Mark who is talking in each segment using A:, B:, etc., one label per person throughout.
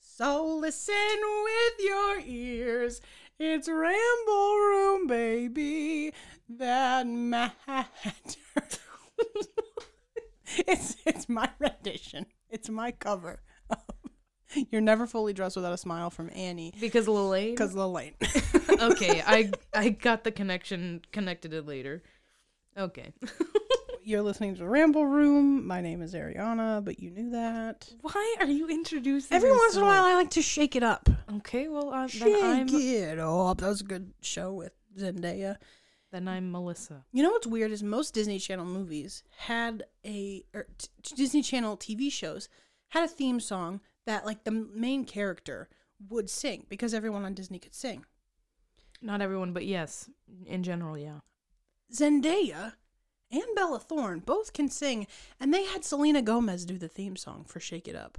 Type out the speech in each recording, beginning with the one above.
A: So listen with your ears. It's Ramble Room, baby. That matters. it's it's my rendition. It's my cover. of You're never fully dressed without a smile from Annie.
B: Because Lil
A: Because Lil Wayne.
B: okay, I I got the connection connected it later. Okay.
A: You're listening to Ramble Room. My name is Ariana, but you knew that.
B: Why are you introducing
A: Every once in a while, I like to shake it up.
B: Okay, well uh,
A: Shake
B: then I'm
A: it up. That was a good show with Zendaya.
B: then I'm Melissa.
A: You know what's weird is most Disney Channel movies had a or t- t- Disney Channel TV shows had a theme song that like the m- main character would sing because everyone on Disney could sing.
B: Not everyone, but yes, in general, yeah.
A: Zendaya and Bella Thorne both can sing, and they had Selena Gomez do the theme song for "Shake It Up,"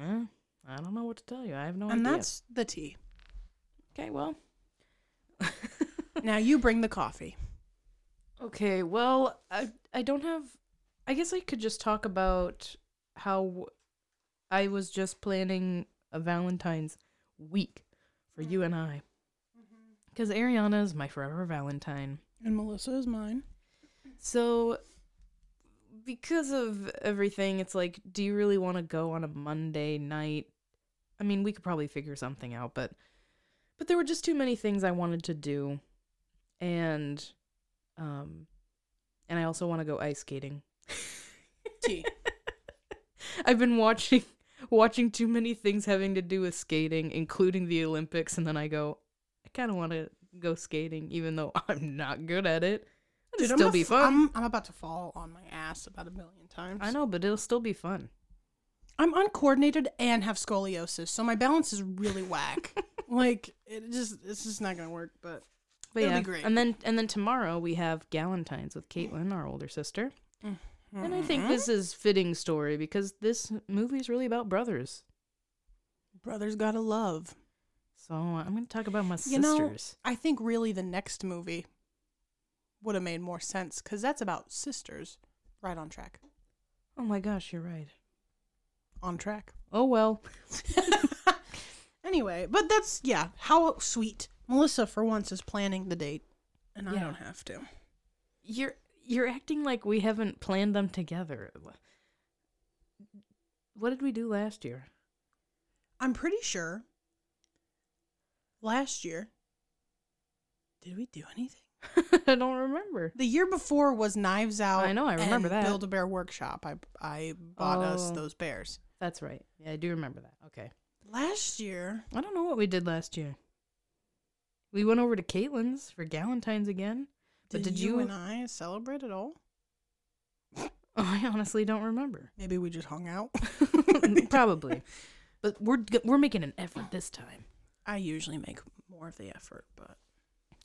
B: Eh, I don't know what to tell you. I have no
A: and
B: idea.
A: that's the tea.
B: okay, well.
A: now you bring the coffee.
B: Okay, well, I I don't have. I guess I could just talk about how w- I was just planning a Valentine's week for you and I, because Ariana is my forever Valentine.
A: And Melissa is mine.
B: So, because of everything, it's like, do you really want to go on a Monday night? I mean, we could probably figure something out, but but there were just too many things I wanted to do, and um, and I also want to go ice skating.
A: Tea.
B: I've been watching watching too many things having to do with skating, including the Olympics, and then I go, I kind of want to go skating, even though I'm not good at it. It'll
A: I'm
B: still
A: a
B: be
A: f-
B: fun.
A: I'm, I'm about to fall on my ass about a million times.
B: I know, but it'll still be fun.
A: I'm uncoordinated and have scoliosis, so my balance is really whack. like it just it's just not gonna work. But
B: But
A: It'll be
B: yeah,
A: great.
B: and then and then tomorrow we have Galentine's with Caitlin, our older sister. And I think
A: Mm-hmm.
B: this is fitting story because this movie is really about brothers.
A: brothers gotta love.
B: So I'm going to talk about my
A: You know,
B: Uh, sisters.
A: I think really the next movie would have made more sense because that's about sisters. Right on track.
B: Oh my gosh, you're right.
A: On track.
B: Oh well.
A: Anyway, but that's yeah. How sweet Melissa for once is planning the date, and I
B: Yeah.
A: don't have to.
B: You're you're acting like we haven't planned them together. What did we do last year?
A: I'm pretty sure last year. Did we do anything?
B: I don't remember.
A: The year before was Knives Out.
B: I know, I remember that.
A: Build a Bear Workshop. I I bought us
B: Oh.
A: those bears
B: That's right. Yeah, I do remember that. Okay.
A: last year.
B: I don't know what we did last year. We went over to Caitlin's for Galentine's again. But
A: Did,
B: did
A: you,
B: you-
A: and I celebrate at all?
B: I honestly don't remember.
A: Maybe we just hung out.
B: Probably. But we're g- we're making an effort this time.
A: I usually make more of the effort, but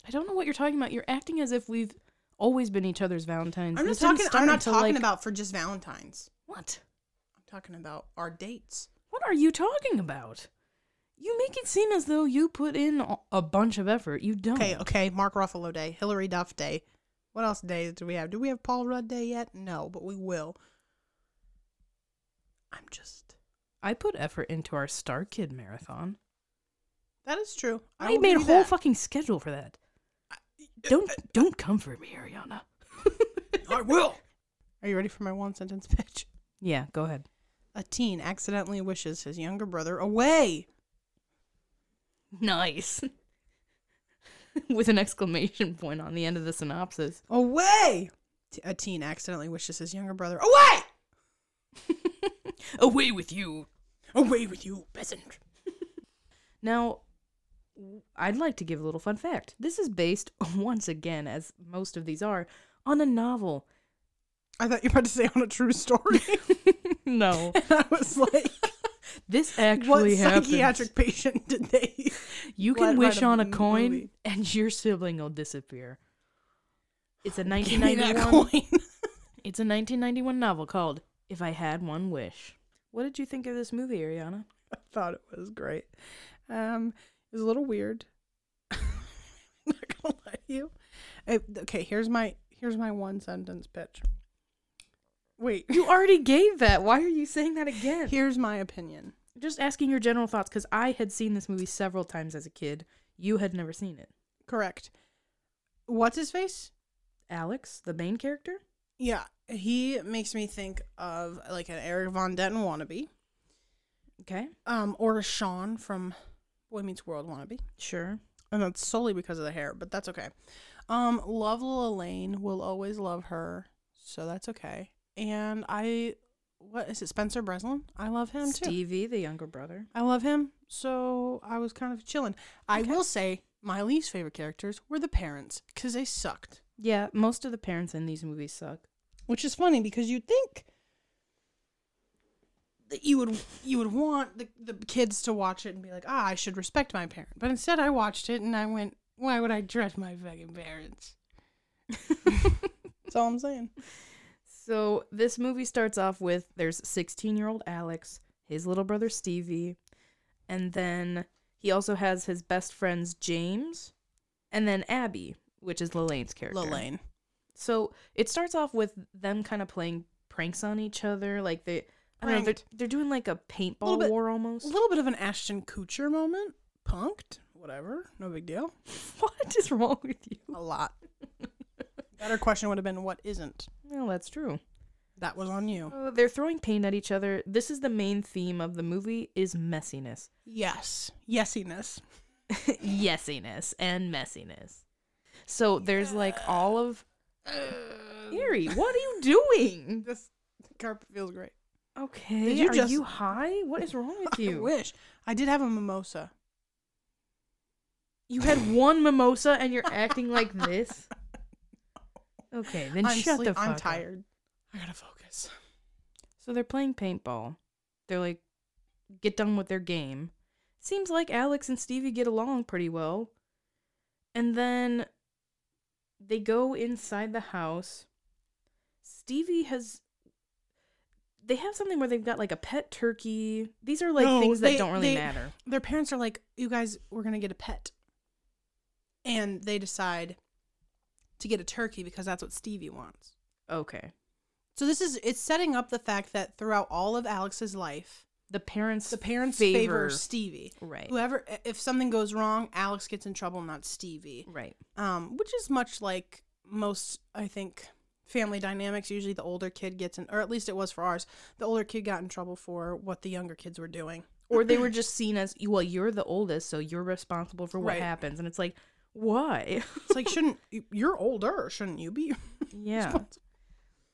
B: I don't know what you're talking about. You're acting as if we've always been each other's Valentines.
A: I'm
B: This
A: not
B: didn't
A: talking.
B: start
A: I'm not
B: until,
A: talking
B: like-
A: about for just Valentine's.
B: what.
A: I'm talking about our dates.
B: What are you talking about? You make it seem as though you put in a- a bunch of effort. You don't.
A: Okay, okay. Mark Ruffalo Day, Hillary Duff Day. What else days do we have? Do we have Paul Rudd Day yet? No, but we will. I'm just.
B: I put effort into our Star Kid marathon.
A: That is true.
B: I,
A: will
B: made a
A: give you
B: whole
A: that.
B: fucking schedule for that. Don't don't come for me, Ariana.
A: I will. Are you ready for my one sentence pitch?
B: Yeah, go ahead.
A: A teen accidentally wishes his younger brother away.
B: Nice. With an exclamation point on the end of the synopsis.
A: Away! T- A teen accidentally wishes his younger brother away!
B: Away with you.
A: Away with you, peasant.
B: Now, w- I'd like to give a little fun fact. This is based, once again, as most of these are, on a novel.
A: I thought you were about to say on a true story.
B: No.
A: and I was like,
B: this
A: what
B: actually happened.
A: psychiatric patient did they?
B: You
A: What
B: can wish
A: about
B: on
A: a
B: a coin
A: movie?
B: and your sibling will disappear. It's a
A: Give me that
B: 1991
A: coin.
B: It's a 1991 novel called If I Had One Wish. What did you think of this movie, Ariana?
A: I thought it was great. Um, it was a little weird. I'm not gonna lie to you. Uh, okay, here's my here's my one sentence pitch. Wait,
B: You already gave that. Why are you saying that again?
A: here's my opinion.
B: Just asking your general thoughts because I had seen this movie several times as a kid. You had never seen it.
A: Correct. What's his face?
B: Alex, the main character?
A: Yeah, he makes me think of like an Eric Von Denton wannabe,
B: Okay.
A: um, or a Sean from Boy Meets World wannabe,
B: Sure.
A: and that's solely because of the hair, but that's okay. Um, love Lil Elaine, will always love her, so that's okay. And I, what is it, Spencer Breslin? I love him too.
B: Stevie, the younger brother.
A: I love him, so I was kind of chilling. I
B: Okay.
A: will say my least favorite characters were the parents because they sucked.
B: Yeah, most of the parents in these movies suck.
A: which is funny because you'd think that you would you would want the, the kids to watch it and be like, ah, I should respect my parent. But instead, I watched it and I went, why would I dread my fucking parents? That's all I'm saying.
B: So this movie starts off with there's 16 year old Alex, his little brother Stevie, and then he also has his best friends James, and then Abby, which is Lelaine's character.
A: Lane.
B: So it starts off with them kind of playing pranks on each other, like they. I don't know, they're,
A: Pranked.
B: they're doing like a paintball
A: Little bit-
B: war
A: A
B: almost.
A: little bit of an Ashton Kutcher moment. Punked. Whatever. No big deal.
B: What is wrong with you?
A: A lot. Better question would have been, what isn't?
B: No, that's true.
A: That was on you.
B: Uh, they're throwing paint at each other. This is the main theme of the movie is messiness.
A: Yes. Yesiness.
B: yesiness and messiness. So there's like all of Harry. What are you doing?
A: This carpet feels great.
B: Okay,
A: Did you
B: are
A: just-
B: you high? What is wrong with
A: I
B: you?
A: wish. I did have a mimosa.
B: You had one mimosa and you're acting like this. Okay, then
A: I'm
B: shut the
A: sleep-
B: fuck
A: I'm
B: up.
A: tired. I gotta focus.
B: So they're playing paintball. They're like, get done with their game. Seems like Alex and Stevie get along pretty well. And then they go inside the house. Stevie has. They have something where they've got like a pet turkey. These are like
A: No,
B: things
A: they-
B: that don't really
A: they-
B: matter.
A: Their parents are like, "You guys, we're gonna get a pet," and they decide to get a turkey because that's what Stevie wants.
B: Okay.
A: So this is it's setting up the fact that throughout all of Alex's life,
B: The parents.
A: the parents favor,
B: favor.
A: Stevie.
B: Right.
A: Whoever, if something goes wrong, Alex gets in trouble, not Stevie.
B: Right.
A: um, which is much like most, I think, family dynamics. Usually, the older kid gets in, or at least it was for ours. The older kid got in trouble for what the younger kids were doing.
B: Or they were just seen as, well, you're the oldest, so you're responsible for what
A: Right.
B: happens. And it's like, why?
A: It's like, shouldn't you- you're older? Shouldn't you be?
B: yeah.
A: responsible?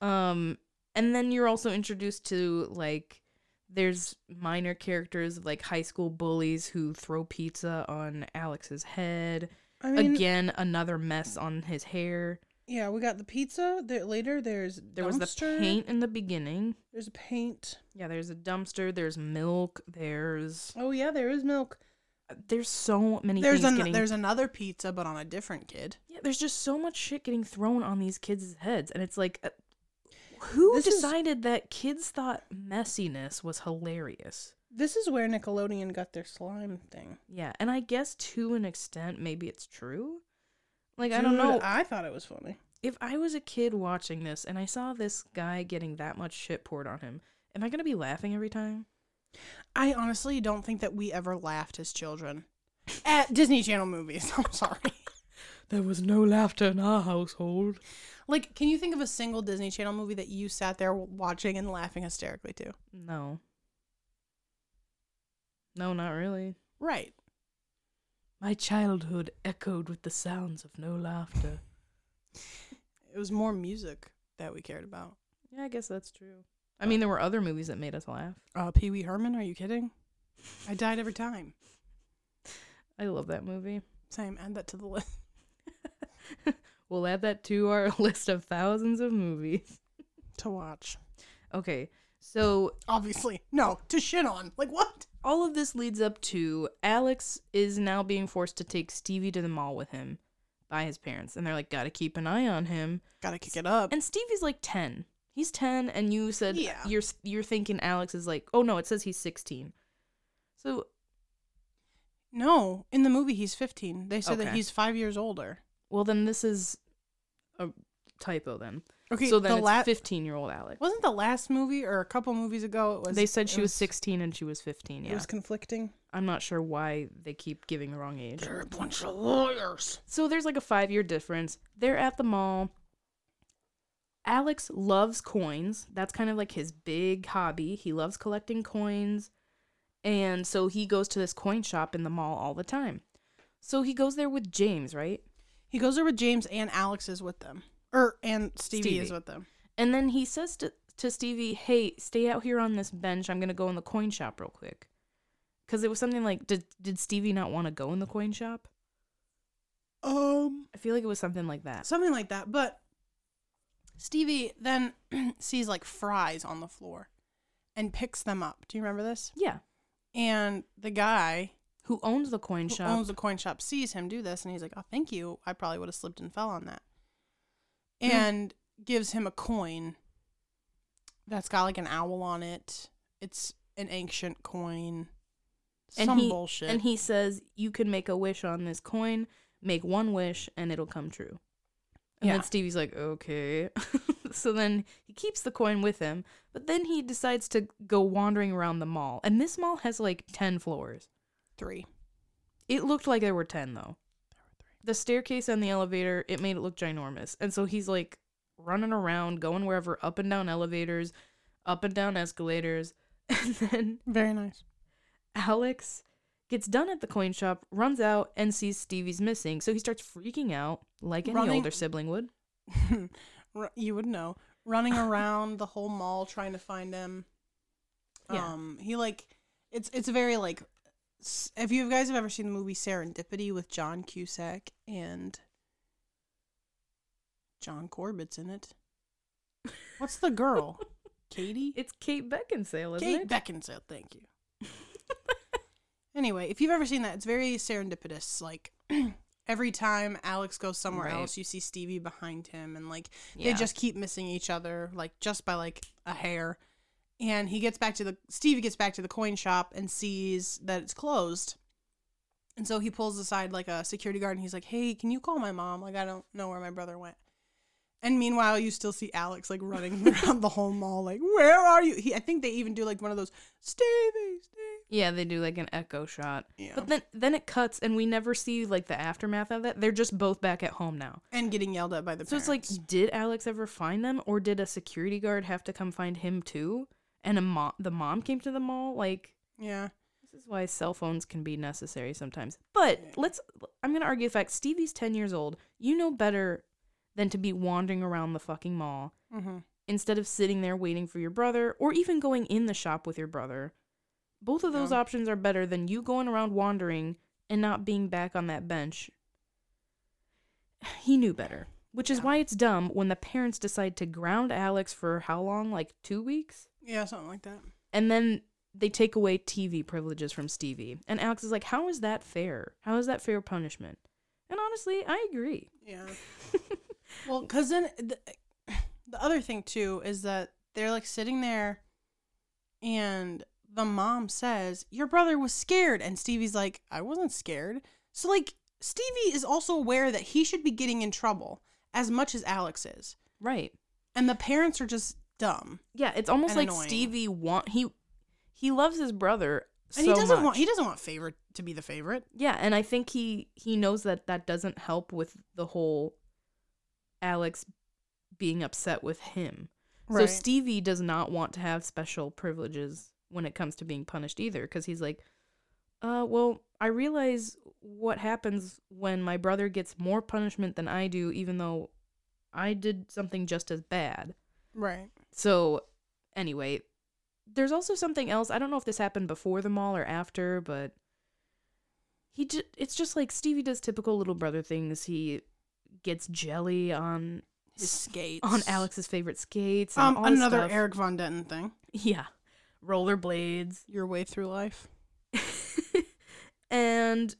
B: Um, and then you're also introduced to like there's minor characters like high school bullies who throw pizza on Alex's head.
A: I mean,
B: Again, another mess on his hair.
A: yeah, we got the pizza. There, later, there's
B: There was the
A: dumpster.
B: paint in the beginning.
A: There's a paint.
B: Yeah, there's a dumpster. There's milk. There's
A: Oh yeah, there is milk.
B: there's so many
A: There's
B: things
A: an,
B: getting.
A: there's another pizza, but on a different kid.
B: yeah, there's just so much shit getting thrown on these kids' heads, and it's like, uh, who
A: This is-
B: decided that kids thought messiness was hilarious?
A: This is where Nickelodeon got their slime thing.
B: Yeah, and I guess to an extent, maybe it's true. Like, I don't
A: Dude,
B: know.
A: I thought it was funny.
B: if I was a kid watching this and I saw this guy getting that much shit poured on him, am I going to be laughing every time?
A: I honestly don't think that we ever laughed as children at Disney Channel movies. I'm sorry.
B: There was no laughter in our household.
A: Like, can you think of a single Disney Channel movie that you sat there watching and laughing hysterically to?
B: No. No, not really.
A: Right.
B: My childhood echoed with the sounds of no laughter.
A: It was more music that we cared about.
B: yeah, I guess that's true. I mean, there were other movies that made us laugh.
A: Uh, Pee Wee Herman, are you kidding? I died every time.
B: I love that movie.
A: Same, add that to the list.
B: We'll add that to our list of thousands of movies.
A: To watch.
B: Okay, so
A: Obviously. No, to shit on. Like, what?
B: all of this leads up to Alex is now being forced to take Stevie to the mall with him by his parents. And they're like, gotta keep an eye on him.
A: Gotta kick it up.
B: And Stevie's like 10. He's 10, and you said
A: Yeah.
B: you're, you're thinking Alex is like, oh no, it says he's 16. So,
A: No, in the movie, he's 15. They said that
B: Okay.
A: he's five years older.
B: well, then this is a typo then.
A: Okay,
B: so then
A: the
B: it's
A: la-
B: 15 year old Alex.
A: wasn't the last movie or a couple movies ago? It was
B: They said
A: it
B: she was 16 and she was 15.
A: It
B: Yeah.
A: was conflicting.
B: I'm not sure why they keep giving the wrong age.
A: They're a bunch of lawyers.
B: So there's like a five year difference. They're at the mall. Alex loves coins. That's kind of like his big hobby. He loves collecting coins. And so he goes to this coin shop in the mall all the time. So he goes there with James, right?
A: He goes there with James and Alex is with them, or and Stevie, is
B: Stevie.
A: with them.
B: And then he says to, to Stevie, hey, stay out here on this bench. I'm going to go in the coin shop real quick. Because it was something like, did, did Stevie not want to go in the coin shop?
A: Um,
B: I feel like it was something like that.
A: something like that. But Stevie then sees like fries on the floor, and picks them up. Do you remember this?
B: Yeah.
A: And the guy
B: Who owns the coin
A: who
B: shop?
A: owns the coin shop sees him do this, and he's like, "Oh, thank you. I probably would have slipped and fell on that,"
B: Hmm.
A: and gives him a coin that's got like an owl on it. It's an ancient coin. Some
B: he,
A: bullshit.
B: And he says, You can make a wish on this coin, make one wish, and it'll come true. And
A: Yeah.
B: then Stevie's like, Okay. so then he keeps the coin with him, but then he decides to go wandering around the mall. And this mall has like 10 floors.
A: three.
B: It looked like there were 10, though. The staircase and the elevator, it made it look ginormous. And so he's like running around, going wherever, up and down elevators, up and down escalators. And then
A: Very nice.
B: Alex gets done at the coin shop, runs out, and sees Stevie's missing. So he starts freaking out, like any
A: Running-
B: older sibling would.
A: Ru- you would know running around the whole mall trying to find him
B: Yeah.
A: um he like it's it's very like s- if you guys have ever seen the movie serendipity with john cusack and john corbett's in it what's the girl katie
B: It's Kate Beckinsale, isn't
A: kate
B: it?
A: beckinsale thank you anyway if you've ever seen that it's very serendipitous like every time alex goes somewhere
B: Right.
A: else you see stevie behind him and like
B: yeah.
A: they just keep missing each other like just by like a hair and he gets back to the stevie gets back to the coin shop and sees that it's closed and so he pulls aside like a security guard and he's like hey can you call my mom like i don't know where my brother went and meanwhile you still see alex like running around the whole mall like where are you he, i think they even do like one of those stevie stevie
B: yeah, they do like an echo shot.
A: yeah.
B: But then then it cuts and we never see like the aftermath of that. They're just both back at home now.
A: and getting yelled at by the
B: So it's like
A: parents.
B: did Alex ever find them or did a security guard have to come find him too? And a mom the mom came to the mall like
A: yeah
B: This is why cell phones can be necessary sometimes. But let's I'm gonna argue the fact Stevie's ten years old. You know better than to be wandering around the fucking mall
A: mm-hmm.
B: instead of sitting there waiting for your brother or even going in the shop with your brother. Both of those
A: Yeah.
B: options are better than you going around wandering and not being back on that bench. He knew better. Which is
A: Yeah.
B: why it's dumb when the parents decide to ground Alex for how long? Like two weeks?
A: yeah something like that
B: And then they take away TV privileges from Stevie. And Alex is like, How is that fair? How is that fair punishment? And honestly, I agree.
A: Yeah. well, because then the, the other thing too is that they're like sitting there, and the mom says, "Your brother was scared," and Stevie's like, "I wasn't scared." So like Stevie is also aware that he should be getting in trouble as much as Alex is,
B: Right.
A: and the parents are just dumb.
B: Yeah, it's almost
A: And
B: like
A: annoying.
B: Stevie want he he loves his brother
A: And
B: so
A: he doesn't
B: much.
A: want he doesn't want favorite to be the favorite.
B: yeah, and I think he he knows that that doesn't help with the whole Alex being upset with him. So Stevie does not want to have special privileges when it comes to being punished either, because he's like, uh, well, I realize what happens when my brother gets more punishment than I do, even though I did something just as bad.
A: right.
B: So, anyway, there's also something else. I don't know if this happened before the mall or after, but he just it's just like Stevie does typical little brother things. He gets jelly on
A: His skates
B: on Alex's favorite skates.
A: Um,
B: And all this
A: another
B: stuff.
A: Eric Von Denton thing.
B: Yeah. Rollerblades.
A: Your way through life.
B: and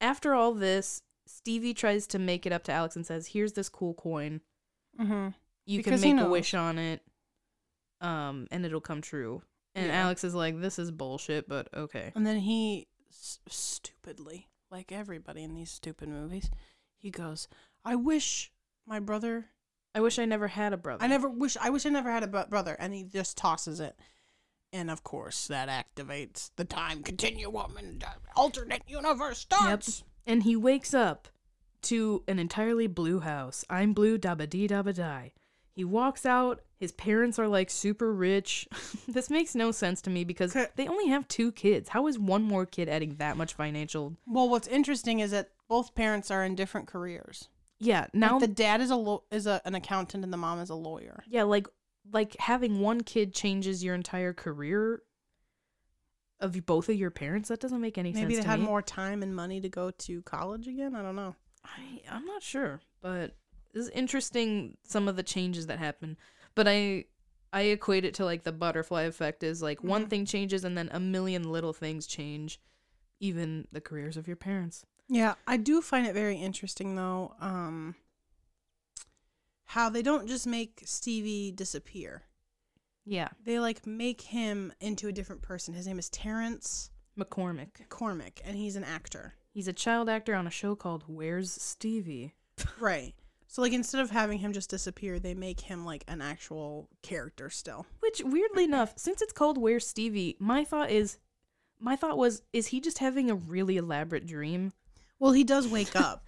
B: after all this, Stevie tries to make it up to Alex and says, "Here's this cool coin.
A: Mm-hmm.
B: You
A: Because he
B: can make a
A: knows.
B: wish on it. Um and it'll come true." And
A: Yeah.
B: Alex is like, "This is bullshit, but okay."
A: And then he s- stupidly, like everybody in these stupid movies, he goes, "I wish my brother
B: I wish I never had a brother.
A: I never wish I wish I never had a bu- brother, and he just tosses it, and of course that activates the time continuum and uh, alternate universe starts.
B: And he wakes up to an entirely blue house. I'm blue, dabba dee dabba die. He walks out. His parents are like super rich. this makes no sense to me because
A: Okay.
B: they only have two kids. How is one more kid adding that much financial?
A: Well, what's interesting is that both parents are in different careers.
B: Yeah,
A: Like,
B: now
A: the dad is a lo- is a, an accountant, and the mom is a lawyer.
B: yeah, like like having one kid changes your entire career of both of your parents. That doesn't make any sense.
A: Maybe they
B: to
A: had
B: me.
A: more time and money to go to college again. I don't know.
B: I I'm not sure, but it's interesting some of the changes that happen. But I I equate it to like the butterfly effect is like one
A: Mhm.
B: thing changes and then a million little things change, even the careers of your parents.
A: Yeah, I do find it very interesting though, um how they don't just make Stevie disappear.
B: Yeah,
A: They like make him into a different person. His name is Terrence
B: McCormick.
A: Cormick and he's an actor.
B: He's a child actor on a show called Where's Stevie?
A: right. So like instead of having him just disappear, they make him like an actual character still.
B: Which weirdly enough, since it's called Where's Stevie, my thought is my thought was is he just having a really elaborate dream?
A: Well, he does wake up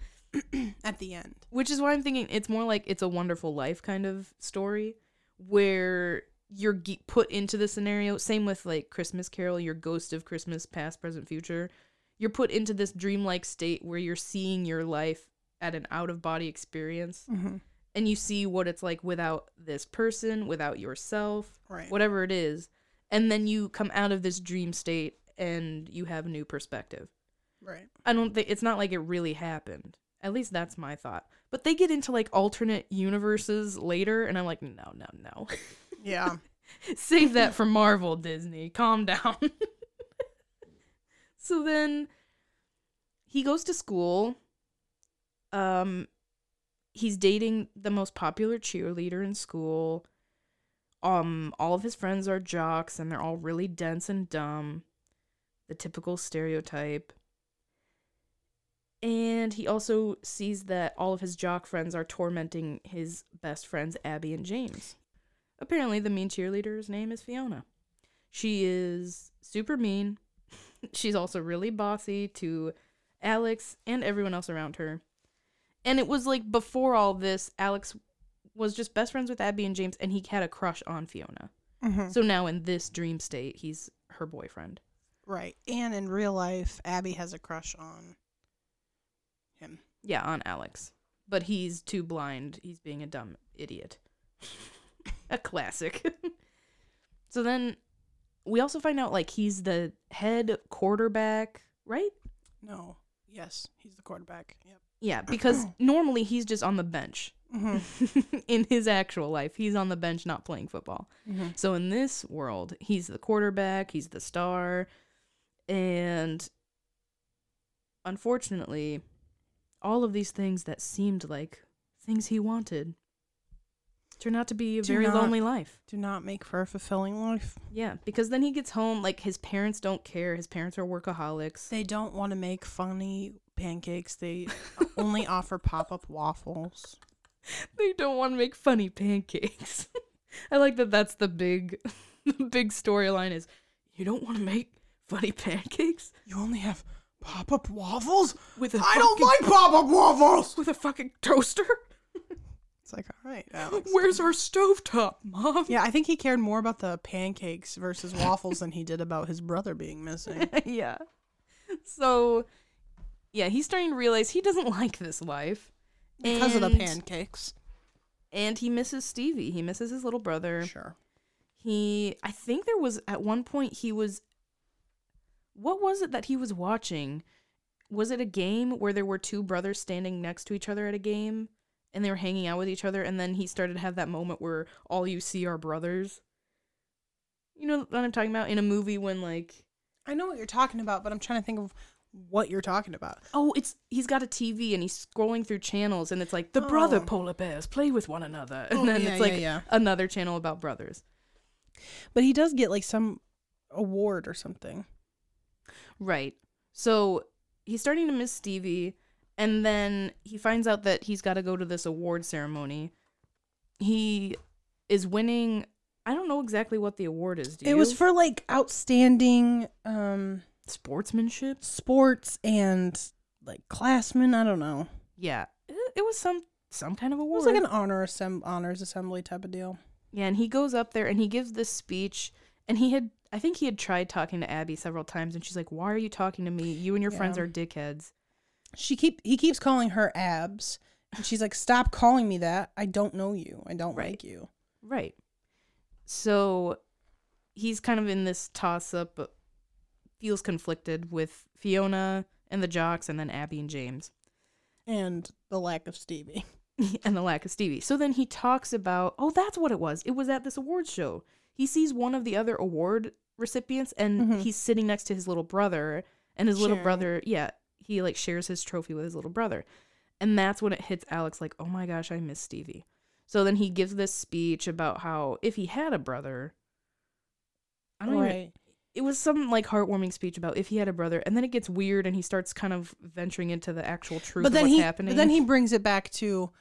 A: at the end.
B: which is why I'm thinking it's more like it's a wonderful life kind of story where you're ge- put into the scenario. Same with like Christmas Carol, your ghost of Christmas, past, present, future. You're put into this dreamlike state where you're seeing your life at an out of body experience and you see what it's like without this person, without yourself,
A: Right.
B: whatever it is. And then you come out of this dream state and you have a new perspective.
A: Right.
B: I don't think it's not like it really happened. At least that's my thought. But they get into like alternate universes later, and I'm like, no, no, no.
A: Yeah.
B: Save that for Marvel, Disney. Calm down. so then he goes to school. Um, he's dating the most popular cheerleader in school. Um, all of his friends are jocks, and they're all really dense and dumb. The typical stereotype. And he also sees that all of his jock friends are tormenting his best friends, Abby and James. Apparently, the mean cheerleader's name is Fiona. She is super mean. She's also really bossy to Alex and everyone else around her. And it was like before all this, Alex was just best friends with Abby and James, and he had a crush on Fiona.
A: Mhm.
B: So now in this dream state, he's her boyfriend.
A: Right. And in real life, Abby has a crush on him.
B: Yeah, on Alex. But he's too blind. He's being a dumb idiot. a classic. so then we also find out like he's the head quarterback, right?
A: No. Yes, he's the quarterback. Yep.
B: Yeah, because normally he's just on the bench.
A: Mm-hmm.
B: in his actual life, he's on the bench not playing football.
A: Mhm.
B: So in this world, he's the quarterback, he's the star, and unfortunately, all of these things that seemed like things he wanted turn out to be a
A: Do
B: very
A: not-
B: lonely life.
A: Do not make for a fulfilling life.
B: Yeah, because then he gets home like his parents don't care. His parents are workaholics.
A: They don't want to make funny pancakes. They only offer pop up waffles.
B: they don't want to make funny pancakes. I like that that's the big the big storyline is you don't want to make funny pancakes
A: You only have pop up waffles?
B: with a
A: I don't
B: fucking-
A: like pop up waffles!
B: with a fucking toaster?
A: It's like, all right, Alex.
B: Where's our stovetop, mom?
A: Yeah, I think he cared more about the pancakes versus waffles than he did about his brother being missing.
B: yeah. So yeah, he's starting to realize he doesn't like this life
A: Because of the
B: And-
A: pancakes.
B: and he misses Stevie. He misses his little brother.
A: Sure.
B: He I think there was at one point he was what was it that he was watching? Was it a game where there were two brothers standing next to each other at a game and they were hanging out with each other and then he started to have that moment where all you see are brothers? You know what I'm talking about in a movie when like
A: I know what you're talking about, but I'm trying to think of what you're talking about.
B: Oh, it's he's got a TV and he's scrolling through channels and it's like the brother
A: Oh.
B: polar bears play with one another and
A: Oh,
B: then
A: yeah,
B: it's like
A: yeah, yeah.
B: another channel about brothers.
A: But he does get like some award or something.
B: Right. So he's starting to miss Stevie and then he finds out that he's got to go to this award ceremony he is winning. I don't know exactly what the award is. Do
A: It
B: you?
A: was for like outstanding um
B: sportsmanship.
A: sports and like classmen. I don't know.
B: Yeah, it, it was some some kind of
A: It was
B: award.
A: like an honor assemb- honors assembly type of deal.
B: yeah, and he goes up there and he gives this speech, and he had I think he had tried talking to Abby several times, and she's like, "Why are you talking to me? You and your friends
A: Yeah.
B: are dickheads."
A: She keep he keeps calling her abs, and she's like, "Stop calling me that. I don't know you. I don't
B: Right.
A: like you."
B: Right. So he's kind of in this toss up, but feels conflicted with Fiona and the jocks, and then Abby and James.
A: And the lack of Stevie.
B: and the lack of Stevie. So then he talks about, oh, that's what it was. It was at this awards show. He sees one of the other award recipients and
A: Mhm.
B: he's sitting next to his little brother. And his little
A: Sharing.
B: brother, yeah, he like shares his trophy with his little brother. And that's when it hits Alex like, oh my gosh, I miss Stevie. So then he gives this speech about how if he had a brother, I don't even,
A: Right.
B: it was some like heartwarming speech about if he had a brother. And then it gets weird and he starts kind of venturing into the actual truth
A: But
B: of
A: then
B: what's
A: he
B: happening.
A: but then he brings it back to.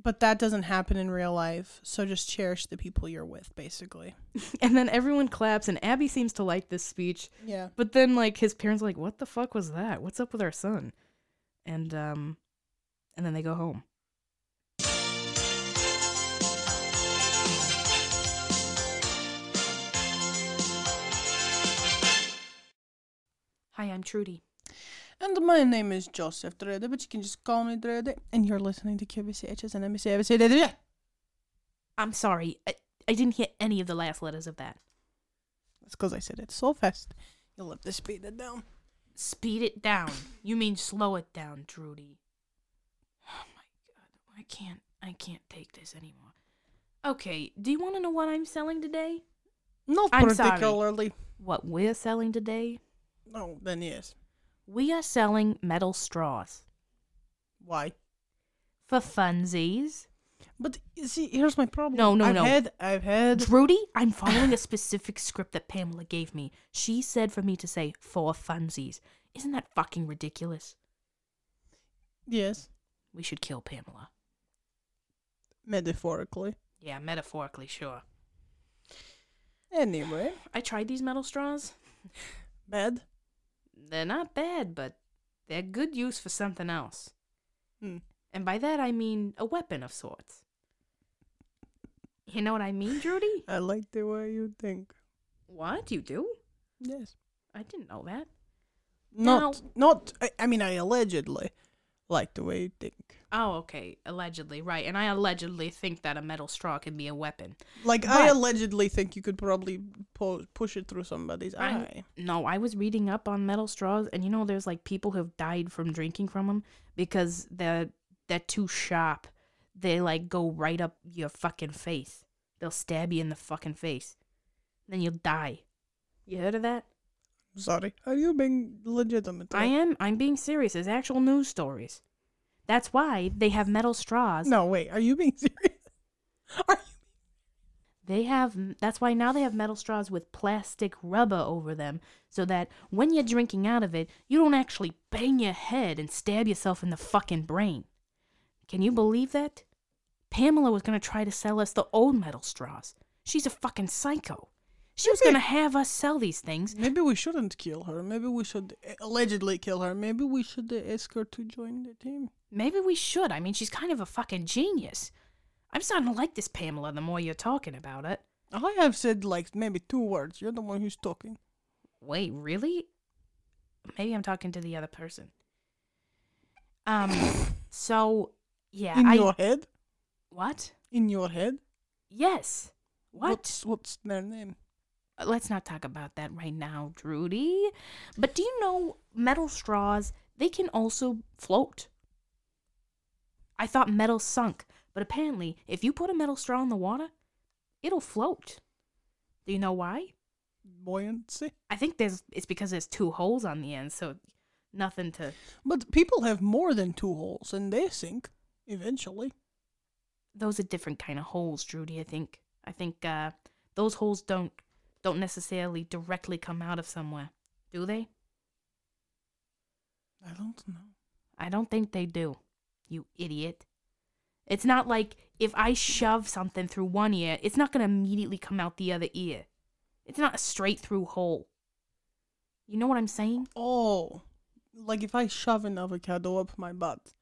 A: But that doesn't happen in real life, so just cherish the people you're with, basically.
B: And then everyone claps, and Abby seems to like this speech.
A: Yeah.
B: But then, like, his parents are like, "What the fuck was that? What's up with our son?" And um, and then they go home. Hi, I'm Trudy.
A: And my name is Joseph Drede, but you can just call me Drede. And you're listening to QBCHS and MCABC Drede.
B: I'm sorry, I, I didn't hear any of the last letters of that.
A: That's because I said it so fast. You'll have to speed it down.
B: Speed it down. You mean slow it down, Trudy. Oh my god, I can't I can't take this anymore. Okay, do you want to know what I'm selling today?
A: Not
B: I'm sorry.
A: particularly.
B: What we're selling today?
A: No, then yes.
B: We are selling metal straws
A: Why?
B: for funsies.
A: But you see, here's my problem.
B: No, no,
A: I've
B: no.
A: Had, I've had.
B: Trudy, I'm following a specific script that Pamela gave me. She said for me to say for funsies. Isn't that fucking ridiculous?
A: Yes,
B: We should kill Pamela.
A: metaphorically.
B: Yeah, metaphorically, sure.
A: Anyway,
B: I tried these metal straws.
A: bad.
B: they're not bad, but they're good use for something else.
A: Hmm.
B: And by that I mean a weapon of sorts. You know what I mean, Judy?
A: I like the way you think.
B: What? You do?
A: Yes.
B: I didn't know that.
A: Not, not. I, I mean, I allegedly like the way you think.
B: Oh, okay. Allegedly, right. And I allegedly think that a metal straw can be a weapon.
A: Like I
B: But-
A: allegedly think you could probably po- push it through somebody's
B: I'm-
A: eye.
B: No, I was reading up on metal straws, and you know, there's like people who have died from drinking from them because they're they're too sharp. They like go right up your fucking face. They'll stab you in the fucking face, then you'll die. You heard of that?
A: Sorry. Are you being legitimate?
B: I am. I'm being serious. There's actual news stories. That's why they have metal straws.
A: No, wait. Are you being serious? Are you?
B: They have. That's why now they have metal straws with plastic rubber over them, so that when you're drinking out of it, you don't actually bang your head and stab yourself in the fucking brain. Can you believe that? Pamela was gonna try to sell us the old metal straws. She's a fucking psycho. She was
A: Maybe-
B: gonna have us sell these things.
A: Maybe we shouldn't kill her. Maybe we should uh, allegedly kill her. Maybe we should uh, ask her to join the team.
B: Maybe we should. I mean, she's kind of a fucking genius. I'm starting to like this Pamela the more you're talking about it.
A: I have said like maybe two words. You're the one who's talking.
B: Wait, really? Maybe I'm talking to the other person. Um, so yeah,
A: In
B: I
A: your head?
B: what?
A: In your head?
B: Yes. What?
A: What's, what's their name?
B: Uh, Let's not talk about that right now, Drudy. But do you know metal straws, they can also float? I thought metal sunk, but apparently if you put a metal straw in the water, it'll float. Do you know why?
A: Buoyancy.
B: I think there's it's because there's two holes on the end, so nothing to
A: But people have more than two holes and they sink eventually.
B: those are different kind of holes, Drudy. I think I think uh, those holes don't don't necessarily directly come out of somewhere, do they?
A: I don't know.
B: I don't think they do. You idiot!
C: It's not like if I shove something through one ear, it's not going to immediately come out the other ear. It's not a straight through hole. You know what I'm saying?
A: Oh, like if I shove an avocado up my butt,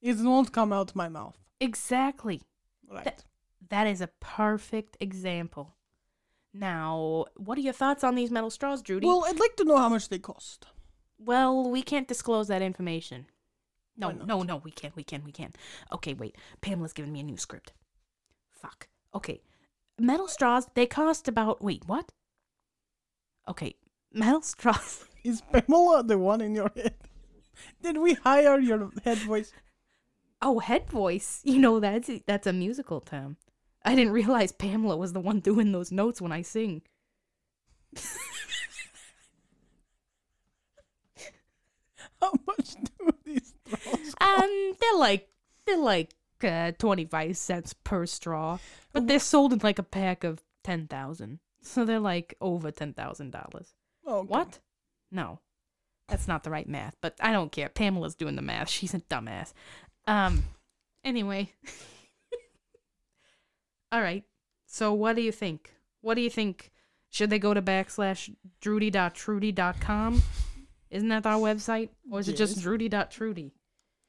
A: it won't come out my mouth.
C: Exactly.
A: Right.
C: That is a perfect example. Now, what are your thoughts on these metal straws, Judy?
A: well, I'd like to know how much they cost.
C: Well, we can't disclose that information. No,
A: Why not?
C: no, no, we can't, we can, we can. Okay, wait. Pamela's giving me a new script. Fuck. Okay. Metal straws, they cost about. Wait, what? Okay. Metal straws.
A: Is Pamela the one in your head? Did we hire your head voice?
C: Oh, head voice. You know, that's that's a musical term. I didn't realize Pamela was the one doing those notes when I sing.
A: How much do these straws?
C: Um, they're like they're like uh, twenty five cents per straw, but they're sold in like a pack of ten thousand, so they're like over ten thousand dollars.
A: Oh,
C: What? No, that's not the right math. But I don't care. Pamela's doing the math. She's a dumbass. Um, anyway. All right. So what do you think? What do you think? Should they go to backslash drudy.trudy.com? Isn't that our website? Or is it just
A: Yes.
C: drudy.trudy?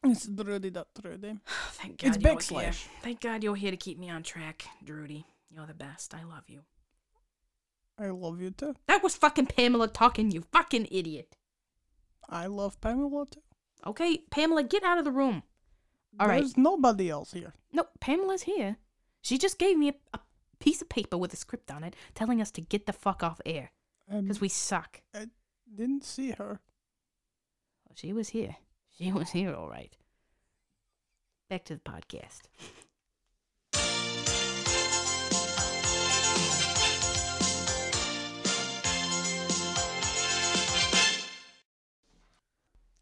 A: It's Drudy dot Drudy.
C: Oh, Thank God
A: It's
C: you're here.
A: backslash.
C: Thank God you're here to keep me on track, Drudy. You're the best. I love you.
A: I love you too.
C: That was fucking Pamela talking, you fucking idiot.
A: I love Pamela too.
C: Okay, Pamela, get out of the room. All right.
A: There's nobody else here.
C: No, Pamela's here. She just gave me a, a piece of paper with a script on it telling us to get the fuck off air
A: Um,
C: because we suck.
A: I didn't see her.
C: She was here. She was here, all right. Back to the podcast.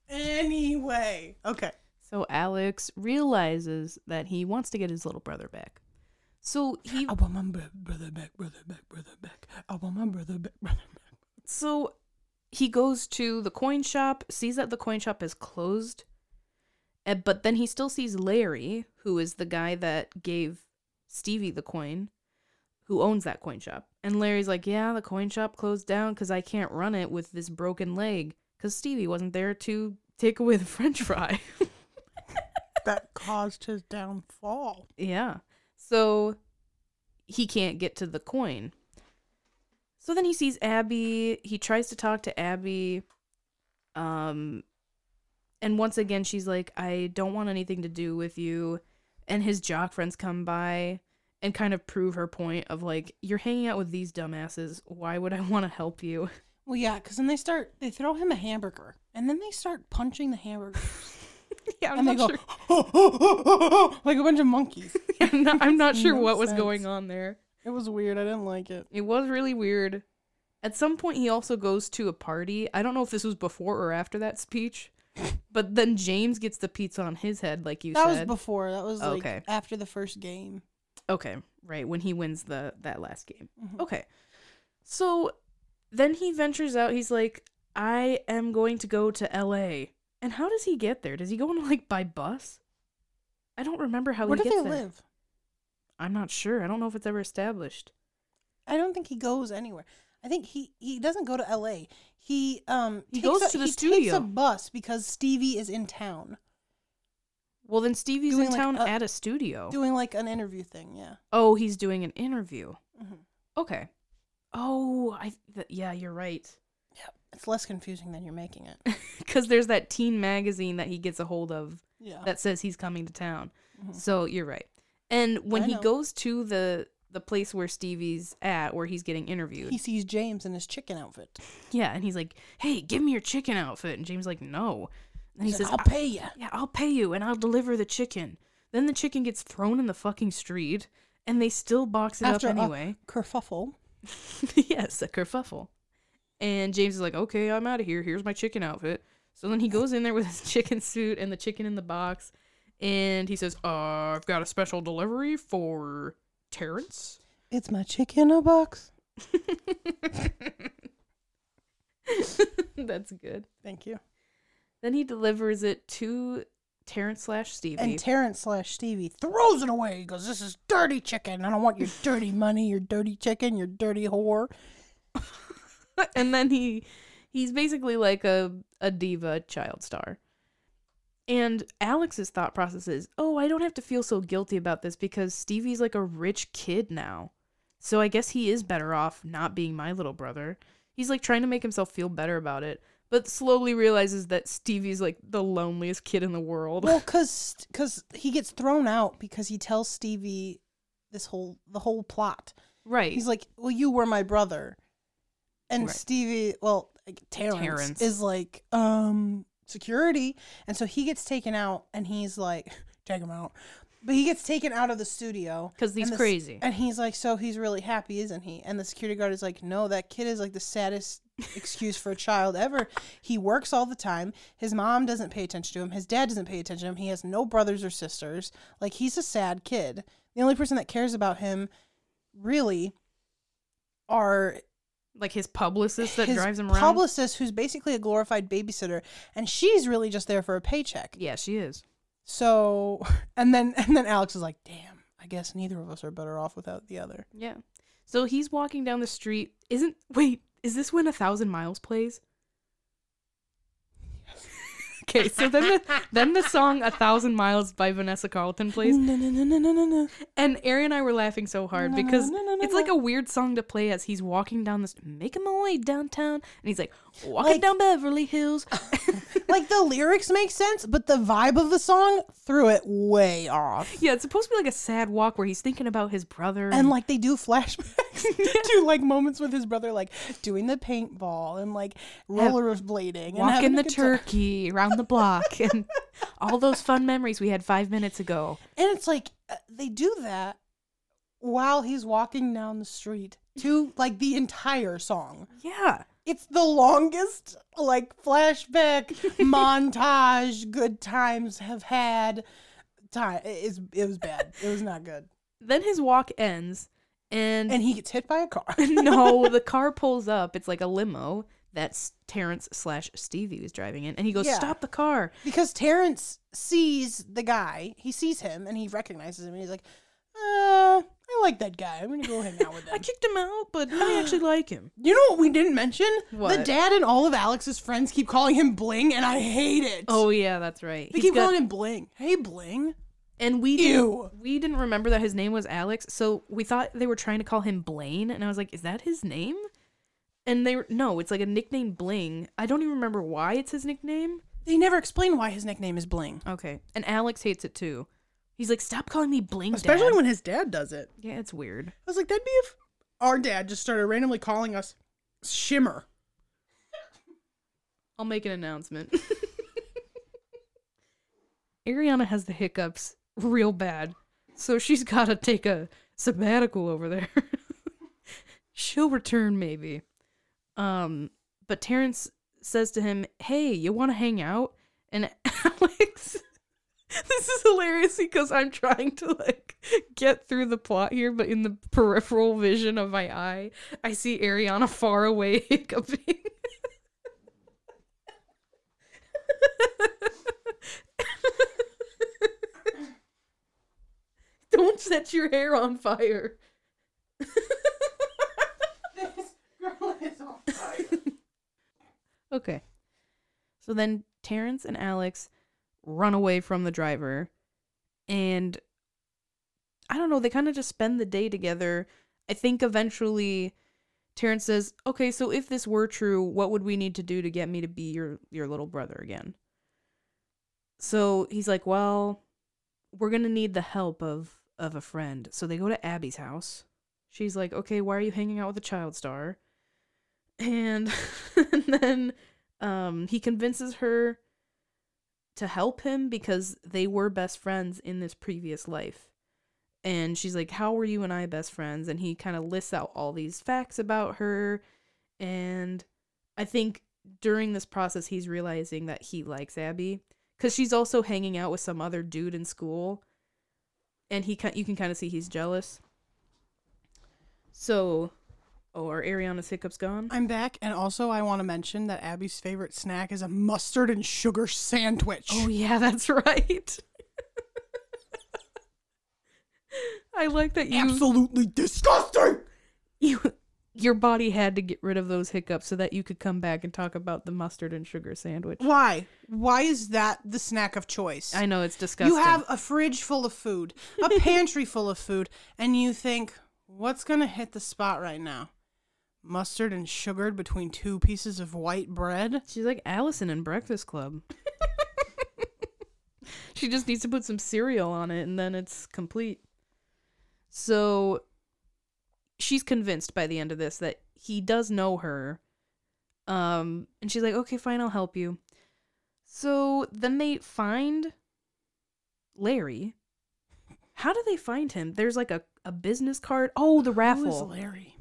A: Anyway, okay.
B: So Alex realizes that he wants to get his little brother back. So he
A: I want my bro- brother back, brother back, brother back. I want my brother back, brother back.
B: so he goes to the coin shop, sees that the coin shop is closed, eh, but then he still sees Larry, who is the guy that gave Stevie the coin, who owns that coin shop. And Larry's like, "Yeah, the coin shop closed down cuz I can't run it with this broken leg cuz Stevie wasn't there to take away the french fry."
A: That caused his downfall.
B: Yeah. So he can't get to the coin. So then he sees Abby. He tries to talk to Abby. Um and once again she's like, "I don't want anything to do with you." And his jock friends come by and kind of prove her point of like, "You're hanging out with these dumbasses. Why would I want to help you?"
A: Well, yeah, because then they start, they throw him a hamburger, and then they start punching the hamburger.
B: yeah,
A: and they go, like a bunch of monkeys.
B: I'm not, I'm not sure
A: No
B: what was
A: sense.
B: going on there.
A: It was weird. I didn't like it.
B: It was really weird. At some point, he also goes to a party. I don't know if this was before or after that speech, but then James gets the pizza on his head, like you
A: that was
B: said.
A: before. That was like
B: Okay.
A: after the first game.
B: okay, right when he wins the that last game.
A: Mhm.
B: Okay, so then he ventures out. He's like, "I am going to go to L.A." And how does he get there? Does he go on like by bus? I don't remember how
A: Where
B: he
A: do
B: gets
A: they
B: there.
A: live?
B: I'm not sure. I don't know if it's ever established.
A: I don't think he goes anywhere. I think he he doesn't go to L.A. He um
B: He
A: takes
B: goes
A: a-
B: to the
A: he Takes
B: studio.
A: a bus because Stevie is in town
B: Well, then Stevie's
A: Doing,
B: in
A: like,
B: town
A: a-
B: at a studio.
A: doing like an interview thing. Yeah.
B: oh, he's doing an interview.
A: hmm
B: Okay. Oh, I th- yeah, you're right.
A: Yeah. It's less confusing than you're making it.
B: Because there's that teen magazine that he gets a hold of
A: Yeah.
B: that says he's coming to town.
A: Mhm.
B: So you're right. And when
A: I
B: he
A: know.
B: goes to the the place where Stevie's at, where he's getting interviewed,
A: He sees James in his chicken outfit.
B: yeah, and he's like, "Hey, give me your chicken outfit," and James like, "No," and he
A: He's
B: says,
A: like, "I'll
B: "I-
A: pay you."
B: "Yeah, I'll pay you, and I'll deliver the chicken." Then the chicken gets thrown in the fucking street, and they still box it
A: After a-
B: up anyway.
A: Kerfuffle.
B: yes, a kerfuffle. And James is like, okay, I'm out of here. Here's my chicken outfit. So then he goes in there with his chicken suit and the chicken in the box. And he says, uh, I've got a special delivery for Terrence.
A: It's my chicken in a box.
B: That's good.
A: Thank you.
B: Then he delivers it to Terrence slash Stevie.
A: And Terrence slash Stevie throws it away. He goes, This is dirty chicken. I don't want your dirty money, your dirty chicken, your dirty whore.
B: and then he he's basically like a a diva child star. And Alex's thought process is, "Oh, I don't have to feel so guilty about this because Stevie's like a rich kid now. So I guess he is better off not being my little brother." He's like trying to make himself feel better about it, but slowly realizes that Stevie's like the loneliest kid in the world.
A: Well, cause, 'cause he gets thrown out because he tells Stevie this whole the whole plot.
B: right.
A: He's like, "Well, you were my brother," and
B: Right.
A: Stevie, well, like, Terrence,
B: Terrence.
A: is like, um, security, and so he gets taken out, and he's like, "Take him out," but he gets taken out of the studio.
B: Cuz he's
A: and the s-
B: crazy.
A: And he's like, so he's really happy, isn't he? And the security guard is like, no, that kid is like the saddest excuse for a child ever. He works all the time. His mom doesn't pay attention to him. His dad doesn't pay attention to him. He has no brothers or sisters. Like, he's a sad kid. The only person that cares about him, really, are
B: like his publicist that
A: his
B: drives him around.
A: publicist, who's basically a glorified babysitter, and she's really just there for a paycheck.
B: yeah, she is.
A: So, and then and then Alex is like, damn, I guess neither of us are better off without the other.
B: Yeah. So he's walking down the street. Isn't wait, is this when a thousand miles plays? okay, so then the then the song A Thousand Miles by Vanessa Carlton plays.
A: No, no, no, no, no, no, no.
B: And Ari and I were laughing so hard
A: No, no,
B: because
A: no, no, no,
B: it's like a weird song to play as he's walking down this making my way downtown and he's like walking
A: Like-
B: down Beverly Hills.
A: like the lyrics make sense, but the vibe of the song threw it way off.
B: yeah, it's supposed to be like a sad walk where he's thinking about his brother
A: And like they do flashbacks to like moments with his brother, like doing the paintball and like rollerblading, and having
B: walking
A: a
B: the
A: good time.
B: turkey around the block and all those fun memories we had five minutes ago.
A: And it's like uh, they do that while he's walking down the street to like the entire song.
B: Yeah.
A: It's the longest like flashback montage. Good times have had time. It's, it was bad. It was not good.
B: Then his walk ends and,
A: And he gets hit by a car.
B: no, the car pulls up. It's like a limo that's Terrence slash Stevie was driving in. And he goes,
A: Yeah.
B: Stop the car.
A: because Terrence sees the guy, he sees him, and he recognizes him, and he's like, "Uh, I like that guy. I'm gonna go hang out with
B: I
A: him."
B: kicked him out, but I actually like him.
A: you know what we didn't mention? The
B: What?
A: dad and all of Alex's friends keep calling him Bling, and I hate it.
B: Oh yeah, that's right.
A: they
B: He's
A: keep
B: got-
A: calling him Bling. Hey, Bling.
B: and we
A: Ew.
B: didn't, we didn't remember that his name was Alex, so we thought they were trying to call him Blaine, and I was like, is that his name? And they were, no, it's like a nickname Bling. I don't even remember why it's his nickname.
A: They never explain why his nickname is Bling,
B: Okay, and Alex hates it too. He's like, stop calling me Bling,
A: especially
B: Dad."
A: when his dad does it.
B: yeah, it's weird.
A: I was like, that'd be if our dad just started randomly calling us Shimmer.
B: I'll make an announcement. Ariana has the hiccups real bad, so she's got to take a sabbatical over there. She'll return maybe. Um, but Terrence says to him, "Hey, you want to hang out?" And Alex, this is hilarious because I'm trying to like get through the plot here, but in the peripheral vision of my eye, I see Ariana far away hiccuping. Don't set your hair on fire.
A: This girl is on fire.
B: Okay. So then Terrence and Alex run away from the driver and I don't know, they kind of just spend the day together. I think eventually Terrence says, "Okay, so if this were true, what would we need to do to get me to be your your little brother again?" So he's like, "Well, we're going to need the help of of a friend." So they go to Abby's house. She's like, "Okay, why are you hanging out with a child star?" and, and then um, he convinces her to help him because they were best friends in this previous life. And she's like, How were you and I best friends? And he kind of lists out all these facts about her. And I think during this process, he's realizing that he likes Abby because she's also hanging out with some other dude in school. And he, ki- you can kind of see he's jealous. So Oh, are Ariana's hiccups gone?
A: I'm back, and also I want to mention that Abby's favorite snack is a mustard and sugar sandwich.
B: Oh yeah, that's right. I like that you
A: Absolutely disgusting!
B: you your body had to get rid of those hiccups so that you could come back and talk about the mustard and sugar sandwich.
A: Why? Why is that the snack of choice?
B: I know it's disgusting.
A: You have a fridge full of food, a pantry full of food, and you think, what's going to hit the spot right now? Mustard and sugared between two pieces of white bread?
B: She's like Allison in Breakfast Club. she just needs to put some cereal on it and then it's complete. So she's convinced by the end of this that he does know her. Um and she's like, "Okay, fine, I'll help you." So then they find Larry. How do they find him? There's like a, a business card. Oh, the
A: Who
B: raffle.
A: is Larry?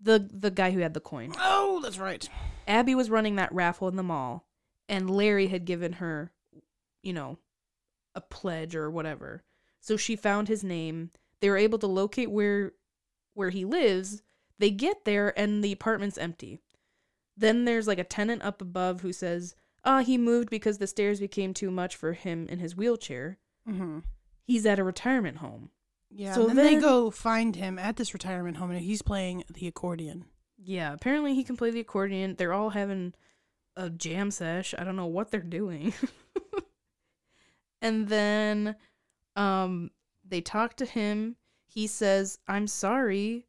B: The the guy who had the coin.
A: Oh, that's right.
B: Abby was running that raffle in the mall, and Larry had given her, you know, a pledge or whatever. So she found his name. They were able to locate where where he lives. They get there and the apartment's empty. Then there's like a tenant up above who says, "Ah, he moved because the stairs became too much for him in his wheelchair.
A: Mm-hmm.
B: He's at a retirement home."
A: Yeah,
B: So
A: and then
B: then-
A: they go find him at this retirement home, and he's playing the accordion.
B: Yeah, apparently he can play the accordion. They're all having a jam sesh. I don't know what they're doing. and then um they talk to him. He says, "I'm sorry.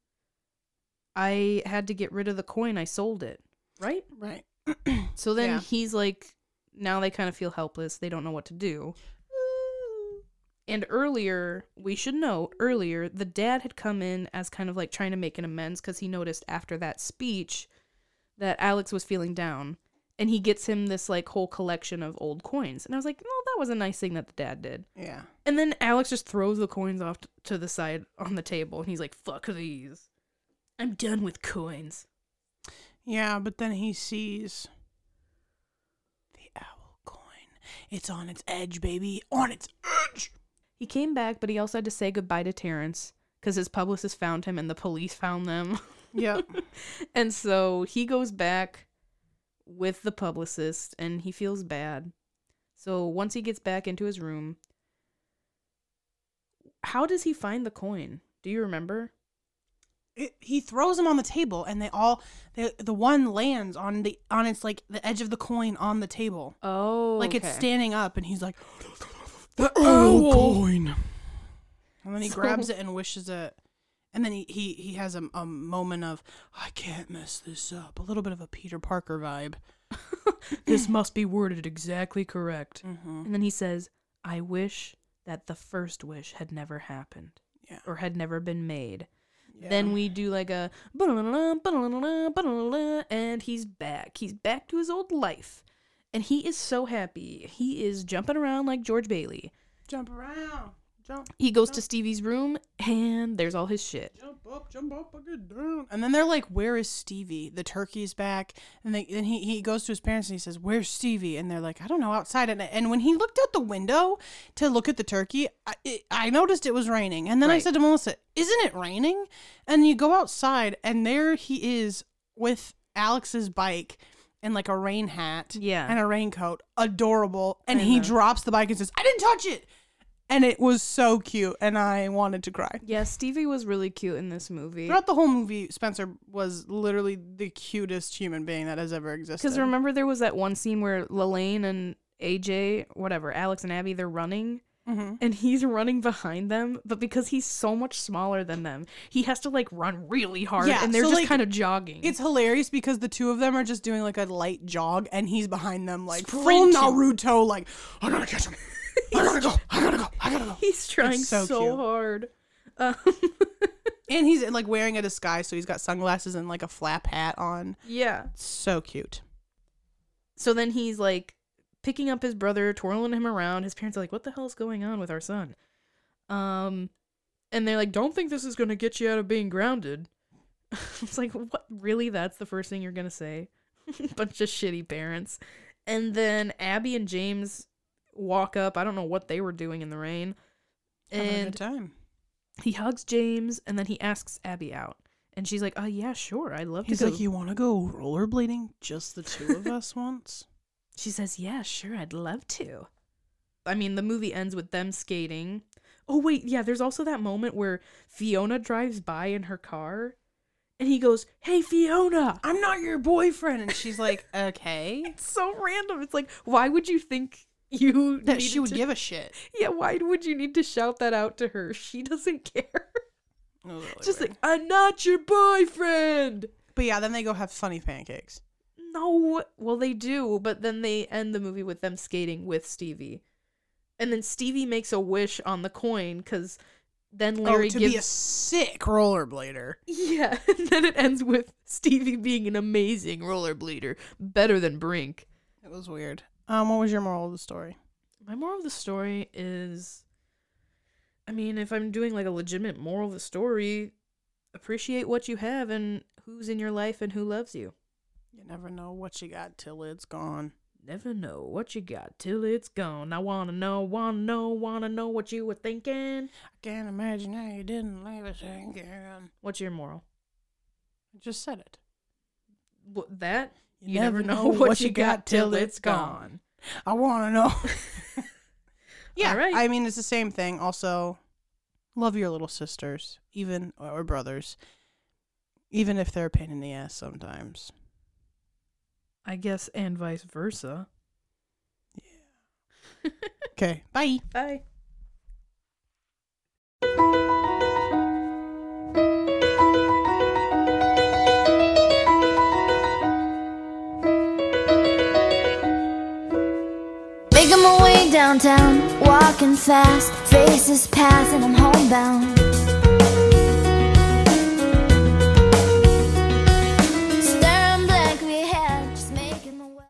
B: I had to get rid of the coin. I sold it." Right?
A: Right.
B: So then
A: Yeah.
B: he's like now they kind of feel helpless. They don't know what to do. And earlier, we should note earlier, the dad had come in as kind of like trying to make an amends because he noticed after that speech that Alex was feeling down. And he gets him this like whole collection of old coins. And I was like, well, that was a nice thing that the dad did.
A: Yeah.
B: And then Alex just throws the coins off t- to the side on the table. And he's like, fuck these. I'm done with coins.
A: Yeah, but then he sees the owl coin. It's on its edge, baby. On its edge.
B: He came back, but he also had to say goodbye to Terrence because his publicist found him and the police found them.
A: Yep.
B: And so he goes back with the publicist and he feels bad. So once he gets back into his room, how does he find the coin? Do you remember?
A: it, he throws them on the table, and they all they, the one lands on the on its like the edge of the coin on the table,
B: Oh,
A: like it's
B: standing.
A: standing up, and he's like the
B: owl."
A: coin. And then he
B: So-
A: grabs it and wishes it. And then he, he, he has a, a moment of, I can't mess this up. A little bit of a Peter Parker vibe.
B: this must be worded exactly correct.
A: Mm-hmm.
B: And then he says, "I wish that the first wish had never happened
A: Yeah.
B: or had never been made."
A: yeah.
B: Then we do like a "Ba-da-da-da, ba-da-da-da, ba-da-da-da," and he's back. He's back to his old life. And he is so happy. He is jumping around like George Bailey.
A: Jump around. Jump.
B: He goes to Stevie's room and there's all his shit.
A: Jump up, jump up, I get down. And then they're like, "Where is Stevie?" The turkey's back, and they, then he, he goes to his parents and he says, "Where's Stevie?" And they're like, "I don't know, outside." And and when he looked out the window to look at the turkey, I, it, I noticed it was raining. And then I
B: Right.
A: said to Melissa, "Isn't it raining?" And you go outside, and there he is with Alex's bike and like a rain hat,
B: Yeah.
A: and a raincoat, adorable. And
B: I
A: he
B: know.
A: drops the bike and says, "I didn't touch it." And it was so cute, and I wanted to cry.
B: Yeah, Stevie was really cute in this movie.
A: Throughout the whole movie, Spencer was literally the cutest human being that has ever existed.
B: Because remember, there was that one scene where Lelaine and AJ, whatever, Alex and Abby, they're running.
A: Mm-hmm.
B: And he's running behind them, but because he's so much smaller than them, he has to like run really hard,
A: Yeah,
B: and they're
A: so,
B: just
A: like,
B: kind of jogging.
A: it's hilarious because the two of them are just doing like a light jog, and he's behind them like
B: Sprinting.
A: full Naruto, like I gotta catch him, I gotta go, I gotta go, I gotta go.
B: He's trying
A: so
B: so,
A: cute.
B: hard. Um,
A: And he's like wearing a disguise, so he's got sunglasses and like a flap hat on.
B: yeah.
A: So cute.
B: So then he's like picking up his brother, twirling him around. His parents are like, "What the hell's going on with our son?" Um, and they're like, "Don't think this is gonna get you out of being grounded." it's like, what? Really? That's the first thing you're gonna say? Bunch of shitty parents. And then Abby and James walk up. I don't know what they were doing in the rain.
A: Having a
B: And
A: good time.
B: he hugs James and then he asks Abby out. And she's like, "Oh yeah, sure, I love
A: He's
B: to go."
A: like, you want to go rollerblading? Just the two of us once?
C: She says, Yeah, sure, I'd love to.
B: I mean, the movie ends with them skating. Oh wait, yeah, there's also that moment where Fiona drives by in her car and he goes, "Hey Fiona."
A: I'm not your boyfriend. And she's like, okay.
B: It's so random. It's like, why would you think you
A: That
B: needed
A: she would
B: to-
A: give a shit.
B: Yeah, why would you need to shout that out to her? She doesn't care.
A: It was really
B: Just
A: weird.
B: like, "I'm not your boyfriend."
A: but yeah, then they go have funny pancakes.
B: No. Well, they do, but then they end the movie with them skating with Stevie. And then Stevie makes a wish on the coin cuz then Larry
A: oh, to
B: gives
A: be a sick rollerblader.
B: Yeah, and then it ends with Stevie being an amazing rollerblader, better than Brink.
A: It was weird. Um, what was your moral of the story?
B: My moral of the story is I mean, if I'm doing like a legitimate moral of the story, appreciate what you have and who's in your life and who loves you.
A: You never know what you got till it's gone.
B: Never know what you got till it's gone. I wanna know, wanna know, wanna know what you were thinking.
A: I can't imagine how you didn't leave us hanging. I
B: What's your moral?
A: just said it.
B: What, that? You, never, know, what, you got till it's gone.
A: I want to know. yeah,
B: All right.
A: I mean, it's the same thing. Also, love your little sisters, even or brothers, even if they're a pain in the ass sometimes.
B: I guess, and vice versa.
A: Okay, bye.
B: Bye.
D: Making my way downtown, walking fast, faces passing, I'm homebound.